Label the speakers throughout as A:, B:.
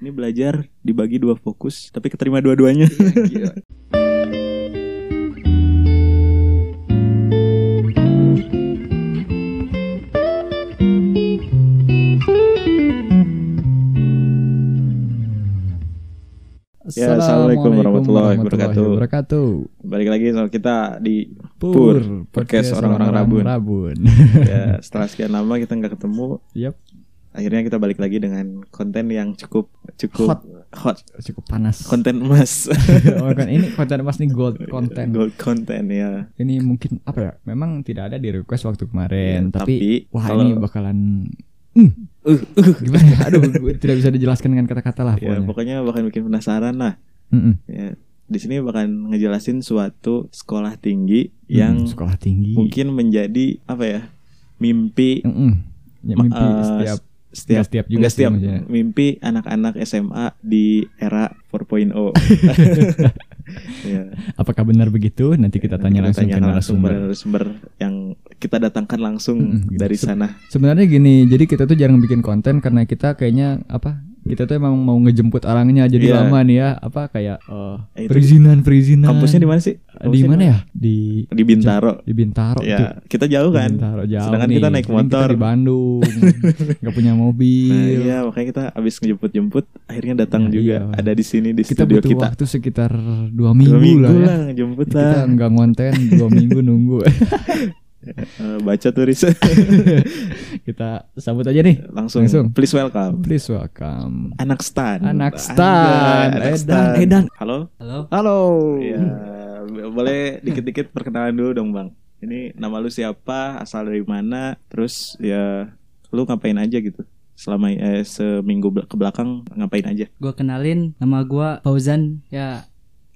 A: Ini belajar dibagi dua fokus, tapi keterima dua-duanya.
B: Gila.
A: Ya, Assalamualaikum warahmatullahi wabarakatuh.
C: wabarakatuh.
A: Balik lagi sama kita di Pur,
C: Pur,
A: podcast orang-orang Rabun.
C: Rabun.
A: ya, setelah sekian lama kita nggak ketemu.
C: Yap.
A: Akhirnya kita balik lagi dengan konten yang cukup cukup
C: Hot.
A: hot.
C: Cukup panas.
A: Konten emas.
C: Oh, kan ini konten emas nih gold konten.
A: Gold konten ya.
C: Ini mungkin apa ya? Memang tidak ada di request waktu kemarin,
A: Ya,
C: tapi,
A: tapi
C: wah
A: kalau- Uh,
C: ini bakalan Hmm. gimana? ya? Aduh, gue tidak bisa dijelaskan dengan kata-kata lah
A: Ya,
C: pokoknya.
A: pokoknya bakal bikin penasaran lah.
C: Mm-mm.
A: Ya, di sini bakal ngejelasin suatu sekolah tinggi
C: Mm,
A: yang
C: sekolah tinggi.
A: mungkin menjadi apa ya? mimpi
C: Mm-mm. Ya,
A: ma-
C: mimpi
A: eh,
C: setiap
A: setiap
C: nggak setiap juga
A: Nggak
C: sih
A: setiap
C: maksudnya.
A: mimpi anak-anak SMA di era oh. 4.0. ya.
C: Apakah benar begitu? Nanti kita
A: Iya,
C: tanya
A: Kita
C: langsung ke
A: tanyakan langsung
C: narasumber.
A: narasumber yang kita datangkan langsung
C: Mm-mm, gitu.
A: dari
C: Sep-
A: sana.
C: Sebenarnya gini, jadi kita tuh jarang bikin konten karena kita kayaknya apa? Kita tuh emang mau ngejemput orangnya jadi
A: Iya.
C: lama nih ya, apa kayak eh,
A: Eh, itu-
C: perizinan perizinan. Eh,
A: Kampusnya di mana sih?
C: Di
A: Kampusnya
C: mana ya? Di
A: Di Bintaro.
C: di Bintaro tuh.
A: Ya, kita jauh
C: Di
A: kan.
C: Bintaro jauh.
A: Sedangkan
C: nih.
A: kita naik
C: Sedangkan kita
A: motor.
C: di Bandung. nggak punya
A: Nah,
C: mobil.
A: iya, makanya kita habis ngejemput-jemput akhirnya datang
C: Nah,
A: juga
C: iya.
A: ada di sini di
C: Kita
A: studio
C: butuh
A: kita.
C: waktu sekitar dua
A: Dua
C: minggu,
A: minggu
C: lah ya.
A: lah ngejemput
C: Kita
A: lah.
C: nggak ngonten dua minggu nunggu.
A: Eh, baca turis
C: kita sambut aja nih.
A: langsung,
C: Langsung.
A: Please welcome.
C: Please welcome.
A: Anak Stan.
C: Anak
A: Anjay,
C: Stan.
A: Anak
C: Edan,
A: Stan.
C: Edan.
A: Halo.
D: Halo,
C: Halo.
A: Iya, b- boleh dikit-dikit perkenalan dulu dong bang. Ini nama lu siapa, asal dari mana, terus ya lu ngapain aja gitu selama eh, seminggu bel- ke belakang ngapain aja.
D: gue kenalin nama gua Fauzan. Ya,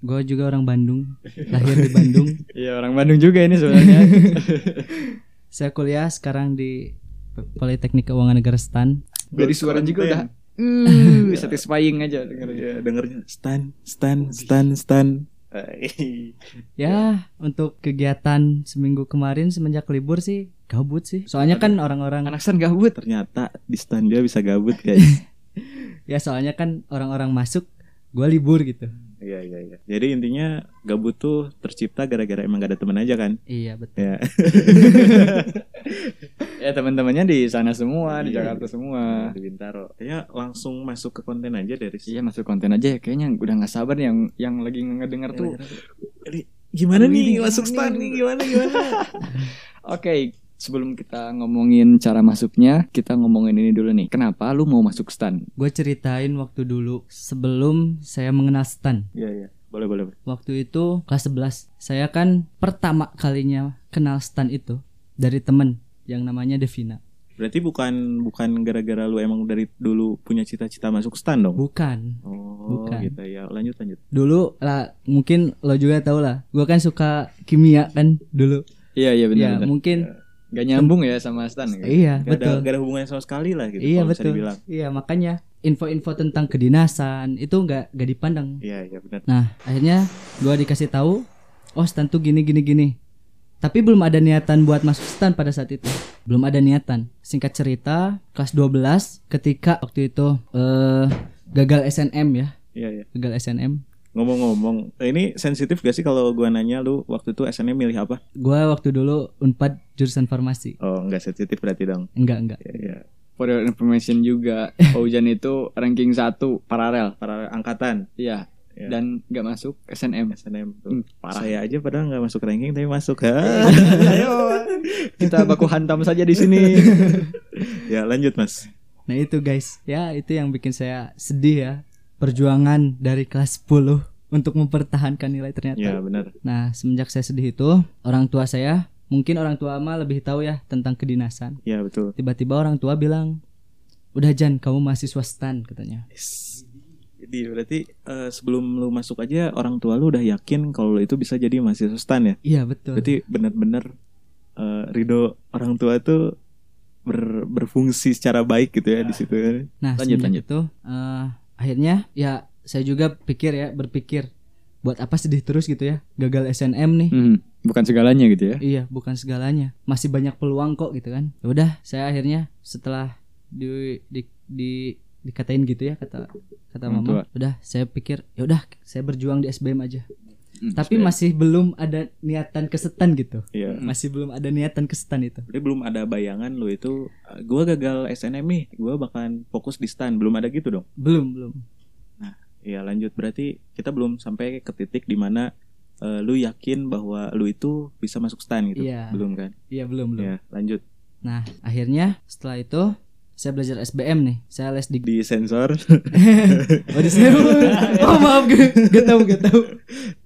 D: gue juga orang Bandung, lahir di Bandung.
C: Iya orang Bandung juga ini sebenarnya.
D: Saya kuliah sekarang di Politeknik Keuangan Negara Stan.
A: Dari suara juga udah,
C: uh, satisfying aja dengernya.
A: Ya, dengernya Stan, Stan, Stan, Stan. Eh,
D: Ya, untuk kegiatan seminggu kemarin semenjak libur sih gabut sih. Soalnya kan orang-orang
C: Anak San gabut.
A: Ternyata di Stan dia bisa gabut guys.
D: ya soalnya kan orang-orang masuk gua libur gitu.
A: Iya iya iya. Jadi intinya gabut tuh tercipta gara-gara emang gak ada teman aja kan.
D: Iya, betul.
A: Ya.
C: Ya teman-temannya di sana semua, di
A: Iya.
C: Jakarta semua.
A: Di Bintaro. Ya langsung masuk ke konten aja dari
C: Iya masuk konten aja ya. kayaknya udah nggak sabar nih yang yang Iya, lagi ngedenger tuh.
A: Gimana
C: Aduh, ini
A: nih
C: gimana
A: masuk
C: nih?
A: Stan nih gimana gimana?
C: Oke, sebelum kita ngomongin cara masuknya, kita ngomongin ini dulu nih. Kenapa lu mau masuk stan?
D: Gue ceritain waktu dulu sebelum saya mengenal Stan.
A: Iya iya. Boleh boleh.
D: Waktu itu kelas 11 Saya kan pertama kalinya kenal Stan itu Dari temen yang namanya Devina
A: Berarti bukan bukan gara-gara lu emang dari dulu punya cita-cita masuk stan dong?
D: Bukan
A: oh,
D: bukan.
A: gitu ya. Lanjut lanjut.
D: Dulu lah mungkin lo juga tau lah Gue kan suka kimia kan dulu
C: Iya iya
D: Ya
C: benar.
D: mungkin
C: Gak nyambung ya sama stan. Iya.
D: Iya
A: Gak ada,
D: betul
A: gak ada hubungannya sama sekali lah gitu. kalau
D: Iya
A: bisa
D: betul
A: dibilang.
D: Iya makanya info-info tentang kedinasan itu nggak nggak dipandang
A: Iya iya benar.
D: Nah, akhirnya gua dikasih tahu, oh stan tuh gini gini gini. Tapi belum ada niatan buat masuk stan pada saat itu. Belum ada niatan. Singkat cerita, kelas 12 ketika waktu itu eh gagal SNM ya,
A: Iya iya.
D: gagal SNM.
A: Ngomong-ngomong, ini sensitif gak sih kalau gua nanya lu waktu itu SNM milih apa?
D: Gua waktu dulu Unpad jurusan farmasi.
A: Oh, nggak sensitif berarti dong.
D: Enggak, enggak.
A: Iya iya.
C: For your information juga, Paujan itu ranking 1 paralel.
A: Para angkatan
C: Iya.
A: Iya.
C: Dan nggak masuk SNM.
A: SNM tuh.
C: Hmm,
A: Parah. Saya aja padahal nggak masuk ranking tapi masuk.
D: Iya.
A: Ha?
C: Ayo, kita baku hantam saja di sini.
A: ya lanjut mas.
D: Nah, itu guys. Ya, itu yang bikin saya sedih ya. Perjuangan dari kelas 10 untuk mempertahankan nilai ternyata.
C: Ya.
A: Iya benar.
D: Nah, semenjak saya sedih itu, orang tua saya, mungkin orang tua mah lebih tahu ya tentang kedinasan.
A: Iya betul.
D: Tiba-tiba orang tua bilang, "Udah Jan, kamu mahasiswa stan," katanya.
A: Yes. Jadi berarti eh, sebelum lu masuk aja orang tua lu udah yakin kalau lu itu bisa jadi mahasiswa stan ya.
D: Iya, betul.
A: Berarti benar-benar eh, ridho orang tua tuh ber- berfungsi secara baik gitu ya di situ.
D: nah,
C: Lanjut,
D: semenjak itu eh, akhirnya ya saya juga pikir ya, berpikir buat apa sedih terus gitu ya? Gagal SNM nih.
C: Hmm, bukan segalanya gitu ya.
D: Iya, bukan segalanya. Masih banyak peluang kok gitu kan. Ya udah, saya akhirnya setelah di di di dikatain gitu ya kata kata
A: Orang
D: mama. Udah saya pikir ya udah saya berjuang di SBM aja.
C: Hmm,
D: Tapi masih belum ada niatan kesetan gitu.
A: Iya.
D: Masih belum ada niatan kesetan itu.
A: Jadi belum ada bayangan lo itu eh, gua gagal SNM nih, gua bakalan fokus di STAN, belum ada gitu dong.
D: Belum, belum.
A: Iya, lanjut berarti kita belum sampai ke titik dimana eh, lu yakin bahwa lu itu bisa masuk STAN gitu.
D: Iya.
A: Belum kan?
D: Iya, belum, belum.
A: Iya, lanjut
D: Nah, akhirnya setelah itu saya belajar SBM nih. Saya les di
A: di sensor.
D: Oh, di sini. oh, maaf, gue gak tahu, gak tahu.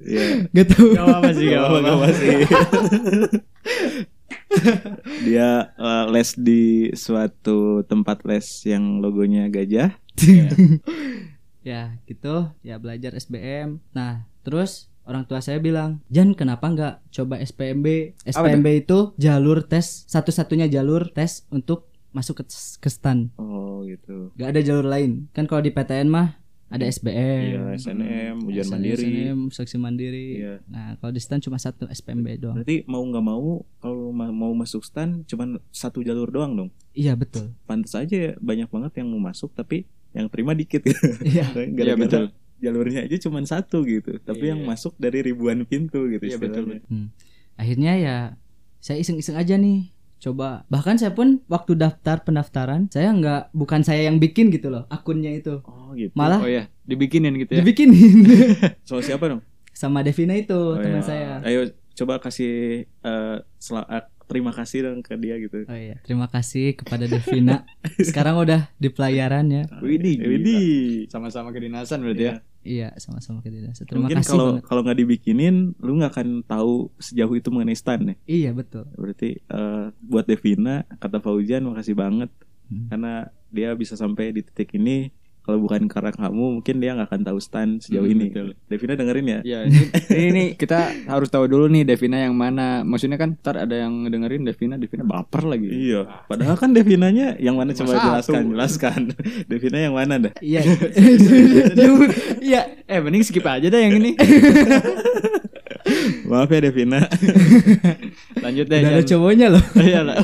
A: Iya.
D: Gak tahu.
C: Gak apa-apa sih, gak apa-apa.
A: Dia eh, les di suatu tempat les yang logonya gajah.
D: ya, gitu. Ya belajar SBM. Nah, terus orang tua saya bilang, "Jan, kenapa nggak coba SPMB?" SPMB itu jalur tes satu-satunya jalur tes untuk masuk ke, ke STAN.
A: Oh, gitu.
D: Gak ada jalur lain. Kan kalau di PTN mah ada SBM.
A: Iya, SNM, ujian
D: SNM,
A: mandiri.
D: SNM, seleksi mandiri.
A: Iya.
D: Nah, kalau di STAN cuma satu SPMB doang.
A: Berarti mau nggak mau kalau ma- mau masuk STAN cuman satu jalur doang dong.
D: Iya, betul.
A: Pantas aja banyak banget yang mau masuk tapi yang terima dikit.
D: Iya.
A: Gara-gara
C: Iya, betul.
A: jalurnya aja cuman satu gitu. Tapi
C: Iya.
A: yang masuk dari ribuan pintu gitu
C: Iya, betul,
A: istilahnya.
D: akhirnya ya saya iseng-iseng aja nih coba bahkan saya pun waktu daftar pendaftaran saya nggak bukan saya yang bikin gitu loh akunnya itu
A: Oh, gitu.
C: Oh
D: malah
C: ya, dibikinin gitu ya.
D: dibikinin
A: Soal siapa dong?
D: sama Devina
A: Oh,
D: itu teman
A: iya.
D: saya
A: Ayo coba kasih eh, sel- eh, terima kasih dong ke dia gitu.
D: oh iya terima kasih kepada Devina sekarang udah di pelayaran ya
C: Widih,
A: Eh, Widih.
C: Sama-sama kedinasan berarti Nah, ya.
D: iya sama-sama ke Devina terima
A: Mungkin
D: kasih
A: kalau
D: banget.
A: kalau nggak dibikinin, lu nggak akan tahu sejauh itu mengenai stan ya.
D: iya betul
A: Berarti eh, buat Devina, kata Faujan, makasih banget
D: Hmm.
A: karena dia bisa sampai di titik ini. Kalau bukan karena kamu, mungkin dia nggak akan tahu stan sejauh
C: Hmm,
A: ini.
C: betul.
A: Devina dengerin ya.
C: Ya, ini, ini, ini kita harus tahu dulu nih Devina yang mana. Maksudnya kan ntar ada yang dengerin Devina, Devina baper lagi. Ah.
A: Iya. Padahal kan Devinanya yang mana coba
C: Masa
A: jelaskan,
C: satu?
A: jelaskan. Devina yang mana dah?
D: iya iya
C: Eh, mending skip aja deh yang ini.
A: Maaf ya Devina.
C: Lanjut deh.
D: udah ada
C: Jan.
D: cowoknya loh
C: Iya lah.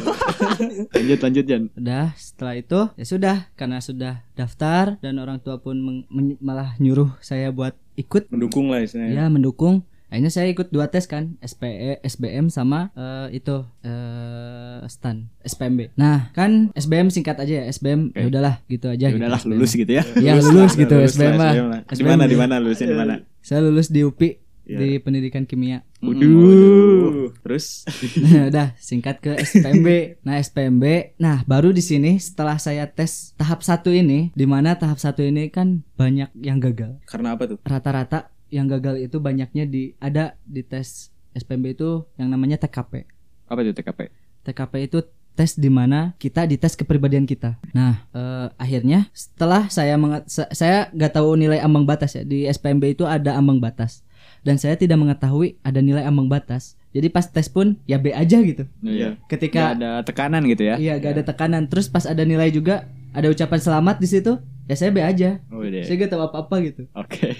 C: lanjut lanjut Jan.
D: Udah setelah itu ya sudah karena sudah daftar dan orang tua pun meng- men- malah nyuruh saya buat ikut
A: Mendukung lah istilahnya.
D: ya mendukung akhirnya saya ikut dua tes kan SPE SBM sama eh, itu eh STAN SPMB nah kan SBM singkat aja ya SBM ya udahlah gitu
C: Ya
D: aja gitu,
C: udahlah
D: SBM.
C: lulus gitu ya.
D: ya lulus gitu SBM mah
A: Di mana di
D: SBM.
A: mana lulusnya di mana?
D: saya lulus di UPI
A: Iya.
D: di pendidikan kimia
A: Waduh. Terus
D: Nah, udah singkat ke SPMB. Nah, SPMB. Nah, baru di sini setelah saya tes tahap satu ini, di mana tahap satu ini kan banyak yang gagal.
A: karena apa tuh?
D: Rata-rata yang gagal itu banyaknya di ada di tes SPMB itu yang namanya TKP.
C: Apa itu TKP?
D: TKP itu tes di mana kita dites kepribadian kita. Nah, eh, akhirnya setelah saya mengat- sa- saya nggak tahu nilai ambang batas ya di SPMB itu ada ambang batas dan saya tidak mengetahui ada nilai ambang batas. Jadi pas tes pun ya B aja gitu.
A: Iya.
C: Gak
D: Ketika
C: ada tekanan gitu ya.
D: Iya, gak ada tekanan. Terus pas ada nilai juga, ada ucapan selamat di situ. Ya saya B aja.
C: Oh, deh.
D: Saya gak tahu apa-apa gitu.
C: Oke.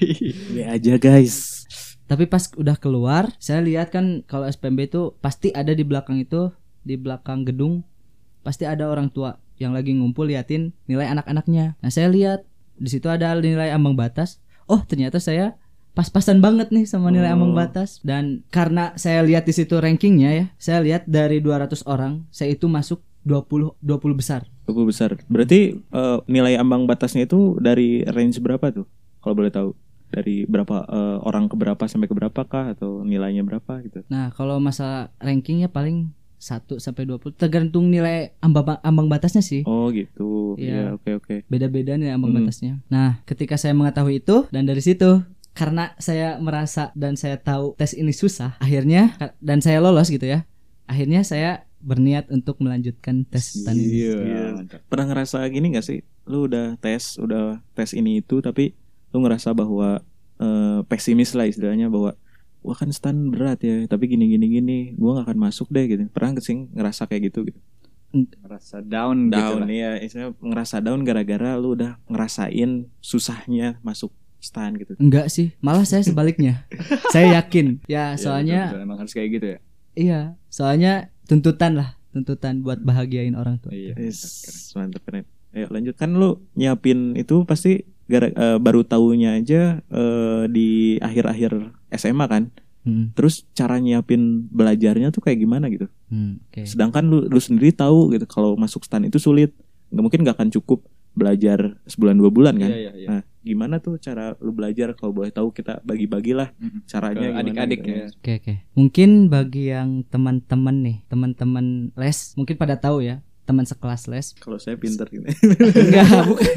A: Ya aja guys.
D: Tapi pas udah keluar, saya lihat kan kalau SPMB itu pasti ada di belakang itu, di belakang gedung pasti ada orang tua yang lagi ngumpul liatin nilai anak-anaknya. Nah, saya lihat di situ ada nilai ambang batas. Oh, ternyata saya pas-pasan banget nih sama nilai ambang batas dan karena saya lihat di situ rankingnya ya, saya lihat dari 200 orang, saya itu masuk 20 20 besar.
A: 20 besar. Berarti eh, nilai ambang batasnya itu dari range berapa tuh? Kalau boleh tahu dari berapa eh, orang ke berapa sampai ke berapa kah atau nilainya berapa gitu.
D: Nah, kalau masalah rankingnya paling 1 sampai 20 tergantung nilai ambang, ambang batasnya sih.
A: Oh gitu.
D: Iya.
A: Iya, oke oke.
D: Beda-beda nilai ambang
A: Hmm.
D: batasnya. Nah, ketika saya mengetahui itu dan dari situ karena saya merasa dan saya tahu tes ini susah, akhirnya dan saya lolos gitu ya. Akhirnya saya berniat untuk melanjutkan tes STAN ini.
A: Iya.
C: mantap.
A: Pernah ngerasa gini gak sih? Lu udah tes, udah tes ini itu tapi lu ngerasa bahwa eh, pesimis lah istilahnya bahwa wah kan stan berat ya, tapi gini gini gini, gua gak akan masuk deh gitu. Pernah gak sih ngerasa kayak gitu gitu?
C: Rasa down,
A: down
C: gitu lah.
A: iya istilahnya ngerasa down gara-gara lu udah ngerasain susahnya masuk stan gitu
D: Enggak sih, malah saya sebaliknya. saya yakin. Ya,
C: Iya, betul,
D: soalnya
C: betul. emang harus kayak gitu ya.
D: iya, soalnya tuntutan lah, tuntutan buat bahagiain orang tua.
C: Iya.
A: yes, mantep keren Ayo lanjut. Kan lu nyiapin itu pasti gara, eh, baru taunya aja eh, di akhir-akhir SMA kan.
D: Hmm,
A: Terus cara nyiapin belajarnya tuh kayak gimana gitu.
D: hmm, oke.
A: Sedangkan lu, lu sendiri tahu gitu kalau masuk stan itu sulit. Nggak mungkin nggak akan cukup belajar sebulan dua bulan kan.
C: Iya, iya, iya.
A: Nah, gimana tuh cara lu belajar kalau boleh tahu kita bagi-bagilah
C: Mm-mm.
A: caranya
C: Ke
A: gimana
C: adik-adik
A: gitu.
C: ya.
D: Oke oke. Mungkin bagi yang teman-teman nih, teman-teman les, mungkin pada tahu ya, teman sekelas les.
A: Kalau saya pinter gitu.
D: Enggak, bukan,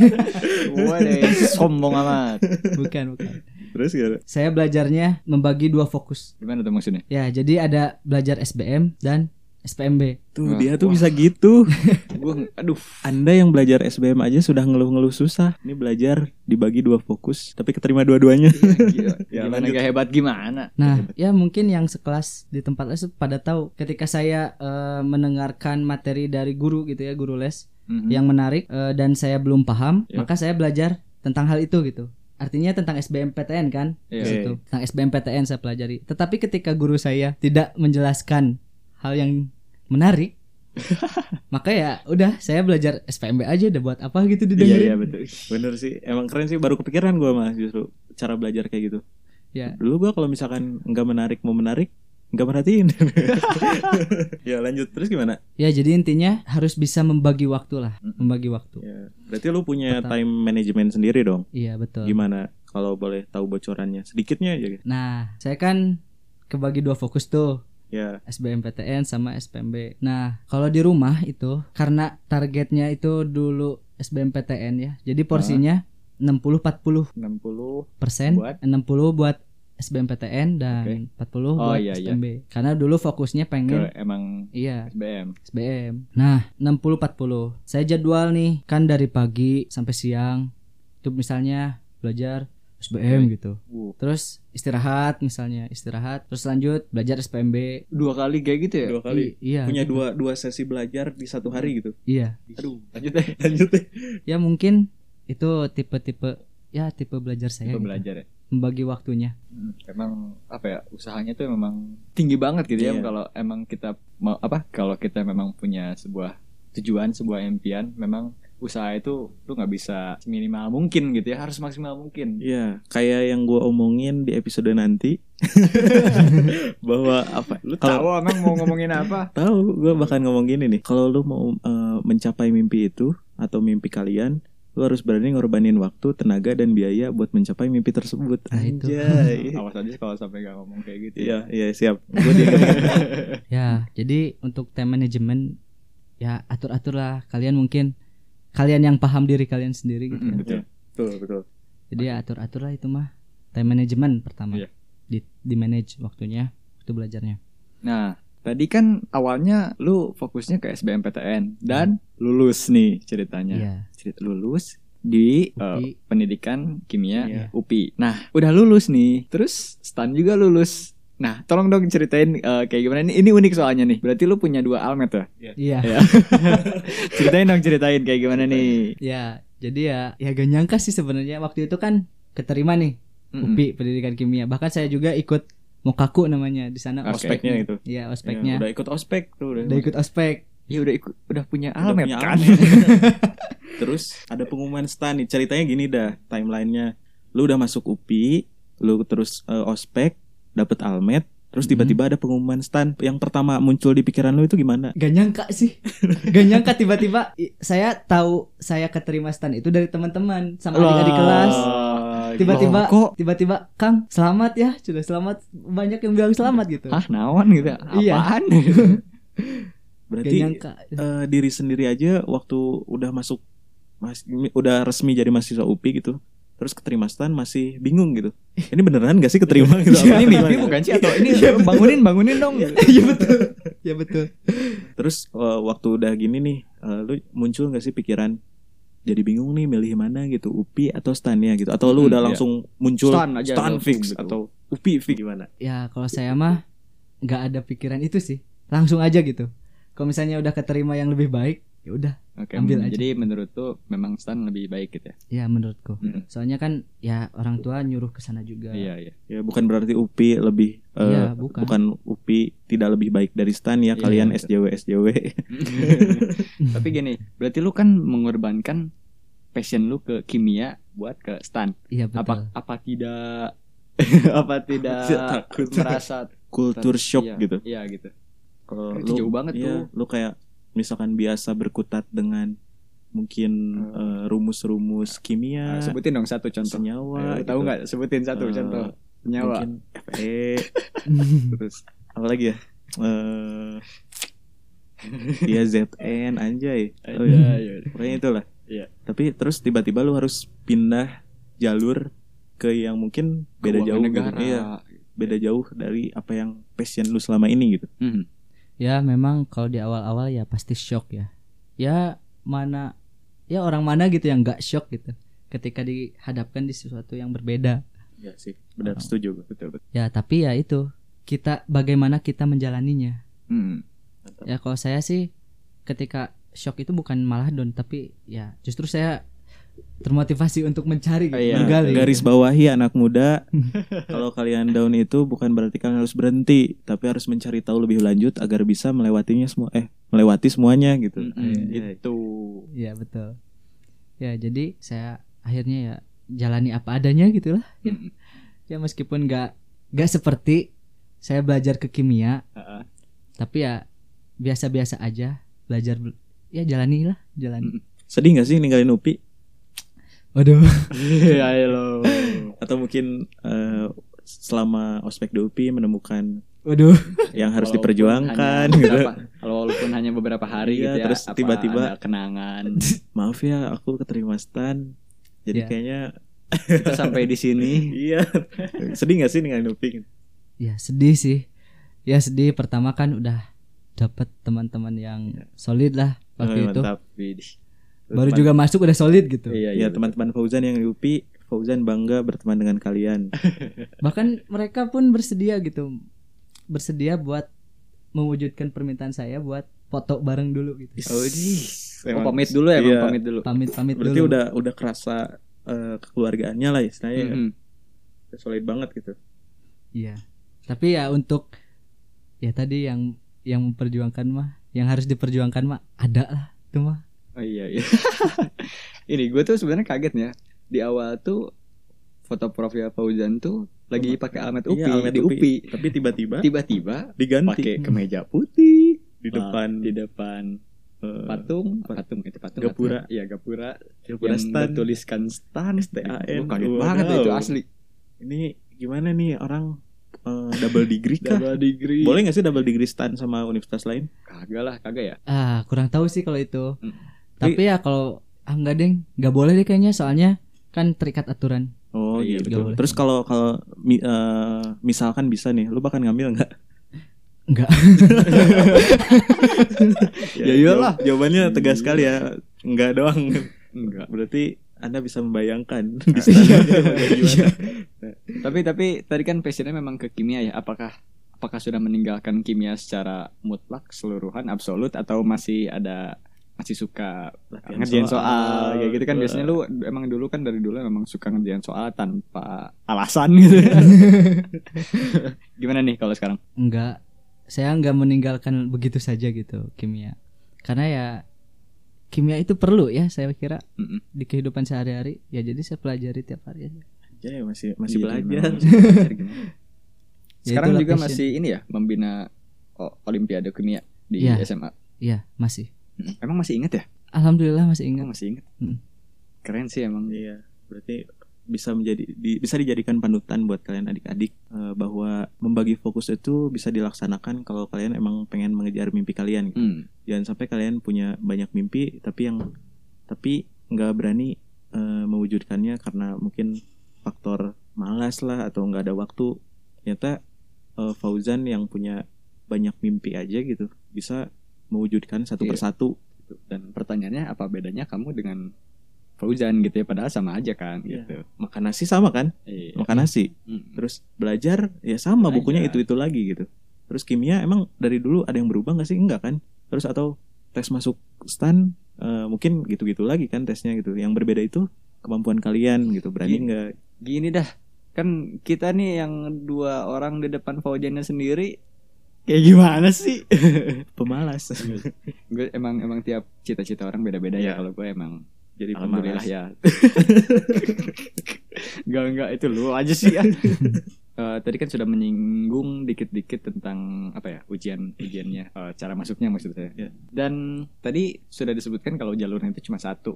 C: Waduh, sombong amat.
D: bukan, bukan.
A: Terus gitu.
D: Saya belajarnya membagi dua fokus.
C: Gimana tuh maksudnya?
D: Ya, jadi ada belajar SBM dan SPMB.
A: Tuh
C: Wah,
A: dia tuh
C: wah.
A: bisa gitu.
C: Gue aduh.
A: Anda yang belajar SBM aja sudah ngeluh-ngeluh susah. Ini belajar dibagi dua fokus, tapi keterima dua-duanya.
C: Gila,
A: Ya,
C: gimana
A: lanjut.
C: gak hebat gimana?
D: Nah, ya mungkin yang sekelas di tempat les pada tahu ketika saya eh, mendengarkan materi dari guru gitu ya, guru les
C: Mhm.
D: yang menarik eh, dan saya belum paham,
A: Yap.
D: maka saya belajar tentang hal itu gitu. Artinya tentang SBMPTN kan?
C: Iya.
A: Oke.
D: Itu tentang SBMPTN saya pelajari. Tetapi ketika guru saya tidak menjelaskan hal yang menarik, maka ya udah saya belajar SPMB aja udah buat apa gitu
A: Iya
D: didengerin.
A: iya betul. Bener sih. Emang keren sih baru kepikiran gua mah justru cara belajar kayak gitu.
D: Ya.
A: Dulu gua kalau misalkan nggak menarik mau menarik nggak perhatiin. ya lanjut terus gimana?
D: Ya jadi intinya harus bisa membagi waktu lah,
C: Mm-mm.
D: membagi waktu.
A: Ya, berarti lu punya
D: Pertama.
A: time management sendiri dong.
D: Iya betul.
A: Gimana kalau boleh tahu bocorannya? Sedikitnya aja. gitu.
D: Nah, saya kan kebagi dua fokus tuh,
A: Ya.
D: SBMPTN sama SPMB. Nah, kalau di rumah itu karena targetnya itu dulu SBMPTN ya.
C: Ah.
D: Jadi porsinya 60
C: 60.
D: 40 persen,
C: Buat?
D: 60 buat SBMPTN dan
C: Oke.
D: 40
C: Oh,
D: buat
C: iya, iya.
D: SPMB. Karena dulu fokusnya pengen
C: Ke- Emang
D: iya
C: SBM.
D: SBM. Nah, 60-40. Saya jadwal nih, kan dari pagi sampai siang. Itu misalnya belajar SBM gitu.
C: Wow.
D: Terus istirahat misalnya, istirahat. Terus lanjut belajar SPMB.
C: Dua kali kayak gitu ya?
A: Dua kali.
D: I- iya.
A: Punya dua dua sesi belajar di satu hari gitu.
D: Iya.
A: Aduh,
C: Lanjut deh.
A: lanjut deh.
D: Ya mungkin itu tipe-tipe ya tipe belajar saya.
C: Tipe
D: gitu.
C: belajar ya.
D: Membagi waktunya.
C: Hmm, Emang apa ya usahanya tuh memang tinggi banget gitu ya
A: Iya.
C: kalau emang kita mau apa kalau kita memang punya sebuah tujuan sebuah impian memang usaha itu lu nggak bisa minimal mungkin gitu ya harus maksimal mungkin
A: Iya, kayak yang gua omongin di episode nanti bahwa apa? Lu
C: tahu emang mau ngomongin apa
A: Tahu, gue bahkan ngomong gini nih. Kalau lu mau eh, mencapai mimpi itu atau mimpi kalian, lu harus berani ngorbanin waktu, tenaga dan biaya buat mencapai mimpi tersebut.
D: Nah, itu.
A: Anjay.
C: awas aja kalau sampai nggak ngomong kayak gitu
A: Iya, iya siap. Gue diingetin.
D: Ya, jadi untuk time management ya atur-aturlah kalian mungkin kalian yang paham diri kalian sendiri gitu.
C: Mm-mm,
D: ya.
C: Iya. betul
A: betul, betul.
D: Jadi ya atur-aturlah itu mah time management pertama.
C: Iya.
D: Di di manage waktunya, waktu belajarnya.
C: nah tadi kan awalnya lu fokusnya ke SBMPTN dan lulus nih ceritanya
D: Iya.
C: cerita lulus di
D: UPI.
C: eh, pendidikan kimia
A: Iya.
C: UPI. Nah, udah lulus nih. Terus Stan juga lulus. Nah, tolong dong ceritain eh, kayak gimana ini. Ini unik soalnya nih. Berarti lu punya dua almet ya?
D: Iya.
C: Iya. ceritain dong ceritain kayak gimana nih.
D: Ya, jadi ya ya gak nyangka sih sebenarnya waktu itu kan keterima nih
C: Mm-mm.
D: UPI Pendidikan Kimia. Bahkan saya juga ikut Mokaku namanya di sana
C: Oke.
A: Ospeknya itu.
D: Iya,
A: Ya,
D: ospeknya.
A: udah ikut ospek tuh udah.
D: udah ikut ospek.
C: Ya udah ikut udah punya
A: Udah
C: almet
A: punya
C: kan.
A: almet. Terus ada pengumuman stan nih. Ceritanya gini dah, timelinenya. Lu udah masuk UPI, lu terus eh, ospek, dapet almet, terus
D: Mhm.
A: tiba-tiba ada pengumuman stan. Yang pertama muncul di pikiran lu itu gimana?
D: Gak nyangka sih. Gak nyangka tiba-tiba i- saya tahu saya keterima stan itu dari teman-teman sama adik-adik
C: Wah,
D: kelas.
C: Eh,
D: Tiba-tiba
C: kok
D: tiba-tiba Kang, selamat ya. Sudah selamat. Banyak yang bilang selamat gitu.
C: Hah, naon gitu.
D: Iya.
C: Apaan?
D: Gak
A: Berarti
D: nyangka.
A: eh, diri sendiri aja waktu udah masuk mas, udah resmi jadi mahasiswa UPI gitu terus keterima stan masih bingung gitu ini beneran gak sih keterima gitu
C: Iya. ini mimpi bukan sih atau ini
A: Iya,
C: bangunin bangunin dong.
D: Iya betul. Ya betul.
A: terus eh, waktu udah gini nih eh, lu muncul gak sih pikiran jadi bingung nih milih mana gitu UPI atau stan ya gitu atau lu
C: Hmm,
A: udah
C: iya.
A: langsung muncul
C: Stan
A: stan,
C: aja langsung
A: fix
C: gitu.
A: atau UPI fix gimana
D: Ya kalau saya mah nggak ada pikiran itu sih. Langsung aja gitu. Kalau misalnya udah keterima yang lebih baik, ya ya udah
C: Oke. hmm,
D: Ambil aja.
C: Jadi menurut tuh memang Stan lebih baik gitu ya.
D: ya menurutku
C: Hmm.
D: soalnya kan ya orang tua nyuruh ke sana juga
C: Iya iya.
A: Ya bukan berarti UPI lebih eh,
D: Iya,
C: Ya,
D: bukan.
A: UPI tidak lebih baik dari STAN ya
C: Iya,
A: kalian
C: betul.
A: SJW SJW.
C: Tapi gini, berarti lu kan mengorbankan passion lu ke kimia buat ke Stan.
D: iya betul
C: Apa apa tidak apa tidak
A: Saya takut.
C: merasa
A: Kultur shock
C: Iya,
A: gitu.
C: Iya gitu.
A: Kalau
C: Itu jauh banget
A: iya,
C: tuh.
A: Lu kayak misalkan biasa berkutat dengan mungkin eh, rumus-rumus kimia,
C: Nah, sebutin dong satu Hmm. contoh.
A: senyawa, Ya.
C: Ayo, tahu
A: gitu.
C: nggak? Sebutin satu
A: Eh,
C: contoh. Senyawa.
A: Mungkin FE,
C: Terus
A: apa lagi ya? Eh Iya ZN anjay. Oh, iya.
C: Iya, iya.
A: Pokoknya itulah.
C: Iya.
A: Tapi terus tiba-tiba lu harus pindah jalur ke yang mungkin beda
C: Keuangan
A: jauh gitu.
C: negara.
A: Iya, beda jauh dari apa yang passion lu selama ini gitu.
C: Mhm.
D: ya memang kalau di awal-awal ya pasti shock ya ya mana ya orang mana gitu yang nggak shock gitu ketika dihadapkan di sesuatu yang berbeda
A: Iya sih, benar
D: Oh.
A: setuju gue. Betul, betul.
D: ya tapi ya itu kita bagaimana kita menjalaninya
C: Mhm.
D: ya kalau saya sih ketika shock itu bukan malah down tapi ya justru saya termotivasi untuk mencari gitu,
C: Iya,
D: menggali
A: Nah, garis bawahi anak muda, kalau kalian down itu bukan berarti kalian harus berhenti, tapi harus mencari tahu lebih lanjut agar bisa melewatinya semua eh melewati semuanya gitu.
C: Mhm.
A: Iya, iya.
C: Itu.
D: ya betul ya jadi saya akhirnya ya jalani apa adanya gitu lah
A: Iya.
D: Ya.
C: Mhm.
D: ya meskipun nggak nggak seperti saya belajar ke kimia
C: Heeh.
D: tapi ya biasa-biasa aja belajar bel- ya jalani lah jalani
A: Sedih gak sih ninggalin UPI
D: waduh
C: Iya, lo.
A: atau mungkin eh, selama ospek di UPI menemukan
D: waduh
A: yang harus
C: Walaupun
A: diperjuangkan
C: hanya
A: gitu.
C: beberapa- Kalau walaupun hanya beberapa hari
A: Iya,
C: gitu ya.
A: terus
C: apa
A: tiba-tiba-
C: ada kenangan.
A: Maaf ya, aku keterima stan. Jadi
D: Iya.
A: kayaknya
C: Kita sampai di sini.
A: iya. Sedih gak sih ninggalin
C: Iya,
A: UPI?
D: ya sedih sih ya sedih pertama kan udah dapat teman-teman yang solid lah
A: Eh,
D: waktu itu
A: mantap.
C: Widih.
D: baru
A: Teman-
D: juga masuk udah solid gitu
A: Ya
C: Iya,
A: teman-teman Fauzan yang di UPI, Fauzan bangga berteman dengan kalian.
D: bahkan mereka pun bersedia gitu bersedia buat mewujudkan permintaan saya buat foto bareng dulu gitu
C: Oh, widih. Oh,
A: Emang-
C: pamit dulu ya,
A: Iya.
C: Bang, pamit dulu.
D: pamit pamit
A: Berarti
D: dulu
A: udah udah kerasa eh, kekeluargaannya lah istilahnya.
C: Mhm.
A: ya. Solid banget gitu.
D: iya tapi ya untuk ya tadi yang yang memperjuangkan mah yang harus diperjuangkan mah ada lah itu mah
C: Oh iya iya. Ini gue tuh sebenarnya kaget ya. Di awal tuh foto profil Fauzan tuh lagi pakai almet UPI
A: Iya, Almet
C: di
A: UPI.
C: UPI.
A: Tapi tiba-tiba
C: Tiba-tiba
A: diganti
C: pakai kemeja putih Ah,
A: di depan
C: di depan
A: eh,
C: patung patung itu patung
A: Gapura.
C: Iya gapura
A: Gapura
C: yang
A: stan.
C: bertuliskan stan
A: STAN.
C: Gua kaget
A: Wow.
C: banget itu asli.
A: Ini gimana nih orang eh, double degree kah?
C: Double degree.
A: Boleh gak sih double degree stan sama universitas lain?
C: Kagak lah, kagak ya.
D: ah kurang tahu sih kalau itu
C: Mm.
D: tapi ya kalau ah enggak deng nggak boleh deh kayaknya soalnya kan terikat aturan
A: Oh iya
C: Iya,
D: betul.
A: betul. Terus kalau kalau mi- eh, misalkan bisa nih, lu bakal ngambil nggak?
D: Nggak.
C: Ya iyalah.
A: jawab- Jawabannya tegas sekali ya. Enggak doang.
C: Enggak.
A: Berarti Anda bisa membayangkan di sana
C: Iya.
A: kayak gimana.
C: Tapi tapi tadi kan passionnya memang ke kimia ya. Apakah apakah sudah meninggalkan kimia secara mutlak keseluruhan absolut atau masih ada masih suka ngerjain soal, kayak gitu kan
A: Iya.
C: biasanya lu emang dulu kan dari dulu memang suka ngerjain soal tanpa alasan gitu. Gimana nih kalau sekarang?
D: enggak saya enggak meninggalkan begitu saja gitu kimia karena ya kimia itu perlu ya saya kira
C: Mm-mm.
D: di kehidupan sehari-hari ya jadi saya pelajari tiap hari aja
A: Ya, ya, masih masih
C: Iya,
A: belajar.
C: memang masih belajar gimana.
D: Ya,
C: sekarang
D: itulah
C: juga
D: passion.
C: masih ini ya membina o- olimpiade kimia di
D: Iya.
C: SMA.
D: iya masih
C: Mm. Emang masih inget ya?
D: alhamdulillah masih ingat
C: Emang masih inget.
D: Mm.
C: Keren sih emang.
A: Iya, berarti bisa menjadi di- bisa dijadikan panutan buat kalian adik-adik eh, bahwa membagi fokus itu bisa dilaksanakan kalau kalian emang pengen mengejar mimpi kalian. gitu.
C: Mm.
A: Jangan sampai kalian punya banyak mimpi tapi yang tapi nggak berani eh, mewujudkannya karena mungkin faktor malas lah atau nggak ada waktu. Ternyata eh, Fauzan yang punya banyak mimpi aja gitu bisa mewujudkan satu
C: Iya.
A: persatu.
C: gitu. dan pertanyaannya apa bedanya kamu dengan Fauzan gitu ya padahal sama aja kan
A: Iya.
C: gitu
A: Makan nasi sama kan?
C: Iya.
A: Makan nasi.
C: Mm.
A: Terus belajar ya sama
C: Belajar.
A: bukunya itu-itu lagi gitu. Terus kimia emang dari dulu ada yang berubah nggak sih? Enggak kan? Terus atau tes masuk stan eh, mungkin gitu-gitu lagi kan tesnya gitu. Yang berbeda itu kemampuan kalian gitu, berani
C: Iya.
A: nggak?
C: Gini dah, kan kita nih yang dua orang di depan Faujannya sendiri kayak gimana sih?
A: Pemalas.
C: gue emang emang tiap cita-cita orang beda-beda
A: Iya.
C: ya kalau gue emang
A: Jadi
C: alhamdulillah
A: pemalas.
C: ya. Enggak enggak itu lu aja sih ya. Eh, tadi kan sudah menyinggung dikit-dikit tentang apa ya ujian ujiannya eh, cara masuknya maksud saya.
A: Iya.
C: Dan tadi sudah disebutkan kalau jalurnya itu cuma satu.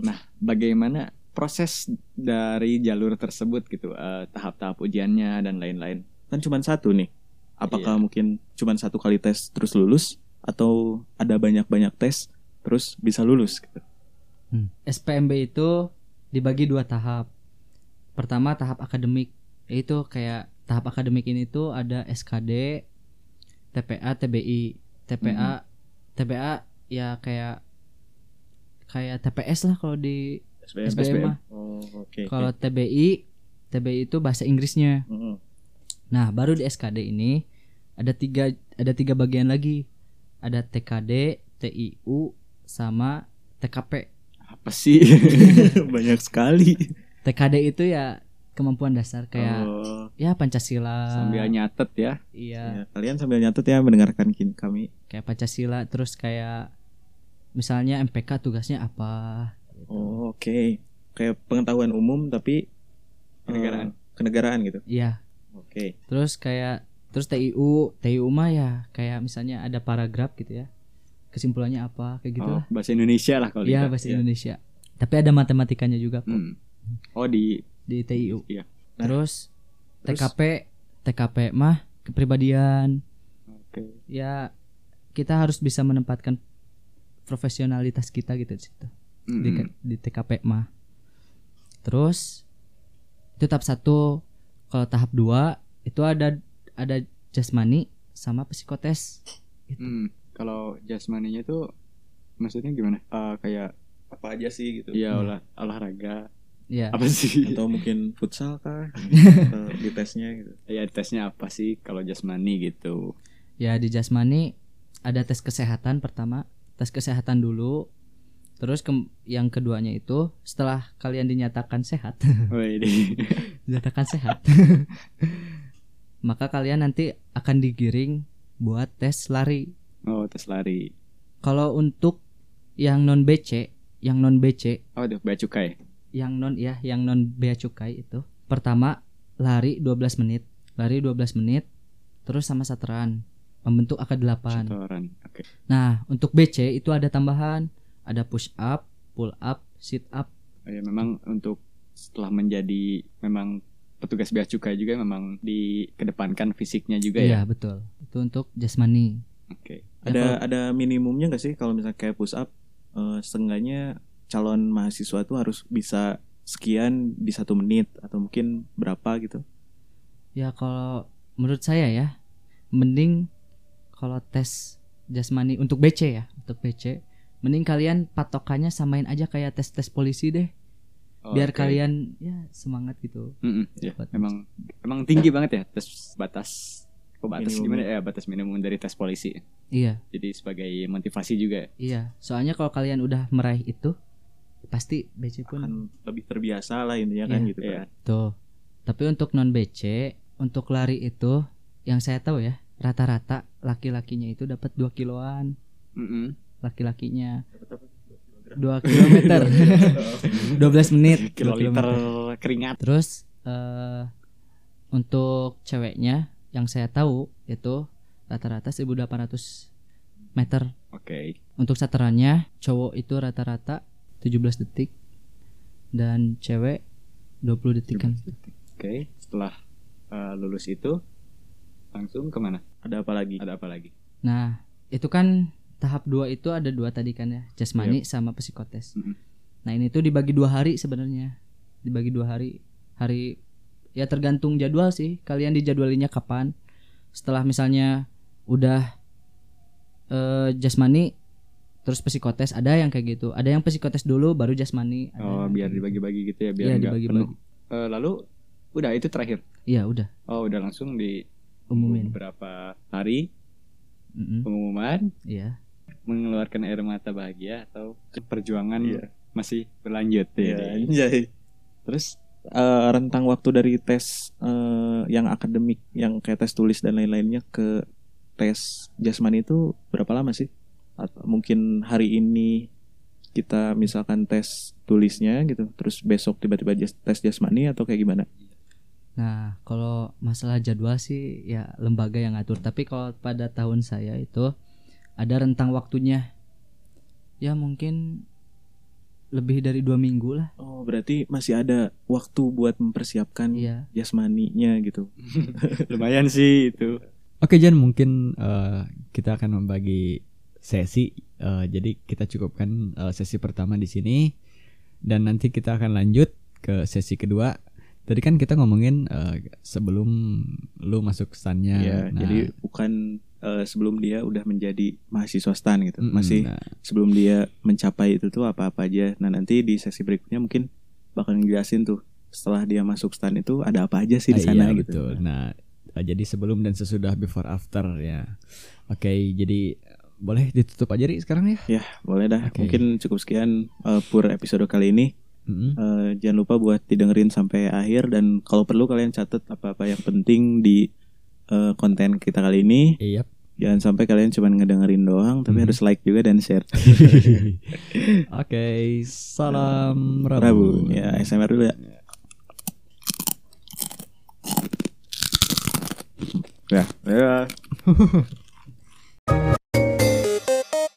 C: Nah, bagaimana proses dari jalur tersebut gitu eh, tahap-tahap ujiannya dan lain-lain.
A: Kan cuma satu nih. Apakah
C: Iya.
A: mungkin cuma satu kali tes terus lulus atau ada banyak-banyak tes terus bisa lulus gitu.
D: Hmm. SPMB itu dibagi dua tahap. Pertama tahap akademik, yaitu kayak tahap akademik ini tuh ada SKD, TPA, TBI,
A: Hmm.
D: TPA, TPA ya kayak kayak TPS lah kalau di
A: SBM.
D: SBM mah.
A: Oh, oke.
D: kalau TBI, TBI itu bahasa Inggrisnya.
A: Mm-mm.
D: Nah baru di SKD ini ada tiga ada tiga bagian lagi, ada TKD, TIU, sama TKP.
C: Apa sih?
A: banyak sekali.
D: TKD itu ya kemampuan dasar kayak
A: Oh,
D: ya Pancasila
C: Sambil nyatet ya.
D: iya
A: ya. Kalian sambil nyatet ya mendengarkan kin- kami.
D: kayak Pancasila terus kayak misalnya MPK tugasnya apa
A: Oh, oke. Kayak pengetahuan umum tapi eh,
C: Kenegaraan.
A: kenegaraan gitu.
D: iya
A: Oke.
D: terus kayak terus TIU TIU mah ya kayak misalnya ada paragraf gitu ya kesimpulannya apa kayak gitu
C: Oh,
D: lah
C: bahasa Indonesia lah kalau
D: iya
C: kita.
D: bahasa
A: iya.
D: Indonesia tapi ada matematikanya juga kok
C: Hmm. Oh di
D: di TIU
C: Iya.
A: Nah,
D: terus
A: terus?
D: TKP TKP mah kepribadian ya kita harus bisa menempatkan profesionalitas kita gitu di situ.
C: Mm-mm.
D: di, di TKP mah. Terus itu tahap satu. Kalau tahap dua itu ada ada jasmani sama psikotes.
C: Hmm, kalau jasmaninya tuh maksudnya gimana? Eh, kayak
A: Apa aja sih gitu?
C: ya
D: Hmm.
C: olah olahraga
D: Ya.
C: apa sih?
A: Atau mungkin futsal kah? Atau di tesnya gitu.
C: ya tesnya apa sih kalau jasmani gitu?
D: Ya di jasmani ada tes kesehatan pertama, tes kesehatan dulu. Terus kem- yang keduanya itu setelah kalian dinyatakan sehat,
C: Wih,
D: dinyatakan sehat. maka kalian nanti akan digiring buat tes lari.
C: oh tes lari.
D: Kalau untuk yang non BC, yang non BC,
C: Apa tuh Oh, bea cukai?
D: yang non ya, yang non bea cukai itu. Pertama, lari 12 menit. Lari 12 menit terus sama saturan membentuk AK8.
C: Setoran. Oke.
D: Nah, untuk BC itu ada tambahan, ada push up, pull up, sit up.
C: Oh, ya memang untuk setelah menjadi memang petugas bea cukai juga memang dikedepankan fisiknya juga ya.
D: Iya, betul. Itu untuk jasmani.
C: Oke.
D: Ya,
A: Ada
D: kalau-
A: ada minimumnya nggak sih kalau misalnya kayak push up eh, setengahnya calon mahasiswa tuh harus bisa sekian di satu menit atau mungkin berapa gitu.
D: Ya kalau menurut saya ya mending kalau tes jasmani untuk BC ya, untuk BC mending kalian patokannya samain aja kayak tes-tes polisi deh,
C: Oh,
D: biar
C: oke.
D: kalian ya semangat gitu.
C: Mm-mm, ya,
D: Dapat.
C: emang emang tinggi banget ya tes batas oh, batas
A: Minimum.
C: gimana ya batas minimum dari tes polisi.
D: Iya,
C: Jadi sebagai motivasi juga. ya?
D: iya. Soalnya kalau kalian udah meraih itu pasti BC pun
A: Kan lebih terbiasa lah intinya kan
D: Iya.
A: gitu
C: Iya.
A: kan.
D: Tuh. Tapi untuk non BC, untuk lari itu yang saya tahu ya, rata-rata laki-lakinya itu dapat 2 kiloan,
C: Mm-mm.
D: laki-lakinya 2 kilometer 12 menit 2
C: Kiloliter
D: kilometer.
C: keringat.
D: Terus eh untuk ceweknya yang saya tahu itu rata-rata 1800 meter.
C: Oke.
D: Untuk satarannya cowok itu rata-rata 17 detik dan cewek 20 detik kan.
C: Oke. Setelah uh, lulus itu langsung kemana?
A: Ada apa lagi?
C: Ada apa lagi?
D: Nah, itu kan tahap 2 itu ada dua tadi kan ya, jasmani sama psikotes.
C: Iya. Mm-mm.
D: Nah, ini tuh dibagi dua hari sebenarnya. Dibagi dua hari. Hari ya tergantung jadwal sih. Kalian dijadwalinnya kapan? Setelah misalnya udah eh, jasmani terus psikotes ada yang kayak gitu. Ada yang psikotes dulu baru jasmani. Ada
C: Oh,
D: yang
C: biar
D: kayak gitu.
C: dibagi-bagi gitu ya, biar
D: Iya,
C: nggak
D: dibagi-bagi.
C: penuh. Eh, lalu udah itu terakhir.
D: Iya, udah
C: Oh, udah langsung di
D: umumin.
C: beberapa hari
D: Mm-mm,
C: pengumuman
D: Iya.
E: mengeluarkan air mata bahagia atau perjuangan
A: Iya.
E: masih berlanjut
A: Iya,
E: ya.
A: anjay. Terus eh, rentang waktu dari tes eh, yang akademik, yang kayak tes tulis dan lain-lainnya ke tes jasmani itu berapa lama sih? Atau mungkin hari ini kita misalkan tes tulisnya gitu, terus besok tiba-tiba jas- tes jasmani atau kayak gimana?
D: Nah, kalau masalah jadwal sih ya lembaga yang ngatur. Tapi kalau pada tahun saya itu ada rentang waktunya. Ya mungkin lebih dari dua minggu lah.
A: Oh, berarti masih ada waktu buat mempersiapkan
D: Iya.
A: jasmaninya gitu.
E: Lumayan sih itu.
C: Oke Jan mungkin eh, kita akan membagi sesi Eh, jadi kita cukupkan eh, sesi pertama di sini dan nanti kita akan lanjut ke sesi kedua. Tadi kan kita ngomongin eh, sebelum lu masuk standnya. Nah,
A: Iya, jadi bukan eh, sebelum dia udah menjadi mahasiswa stan gitu.
C: mm,
A: Masih
C: nah,
A: sebelum dia mencapai itu tuh apa-apa aja. Nah nanti di sesi berikutnya mungkin bakal ngejelasin tuh setelah dia masuk stan itu ada apa aja sih di
C: ah,
A: sana
C: iya,
A: gitu.
C: betul. Nah, eh, jadi sebelum dan sesudah before after ya. Oke, jadi boleh ditutup aja Ri sekarang ya.
A: Boleh dah.
C: Oke.
A: Mungkin cukup sekian eh, pur episode kali ini.
C: Mm-mm.
A: Eh, jangan lupa buat didengerin sampai akhir dan kalau perlu kalian catat apa-apa yang penting di eh, konten kita kali ini.
C: Iya.
A: Jangan sampai kalian cuma ngedengerin doang, tapi
C: Mhm.
A: harus like juga dan share.
C: Oke, salam Rabu.
A: Rabu. Ya, SMR dulu ya. Ya. Ya.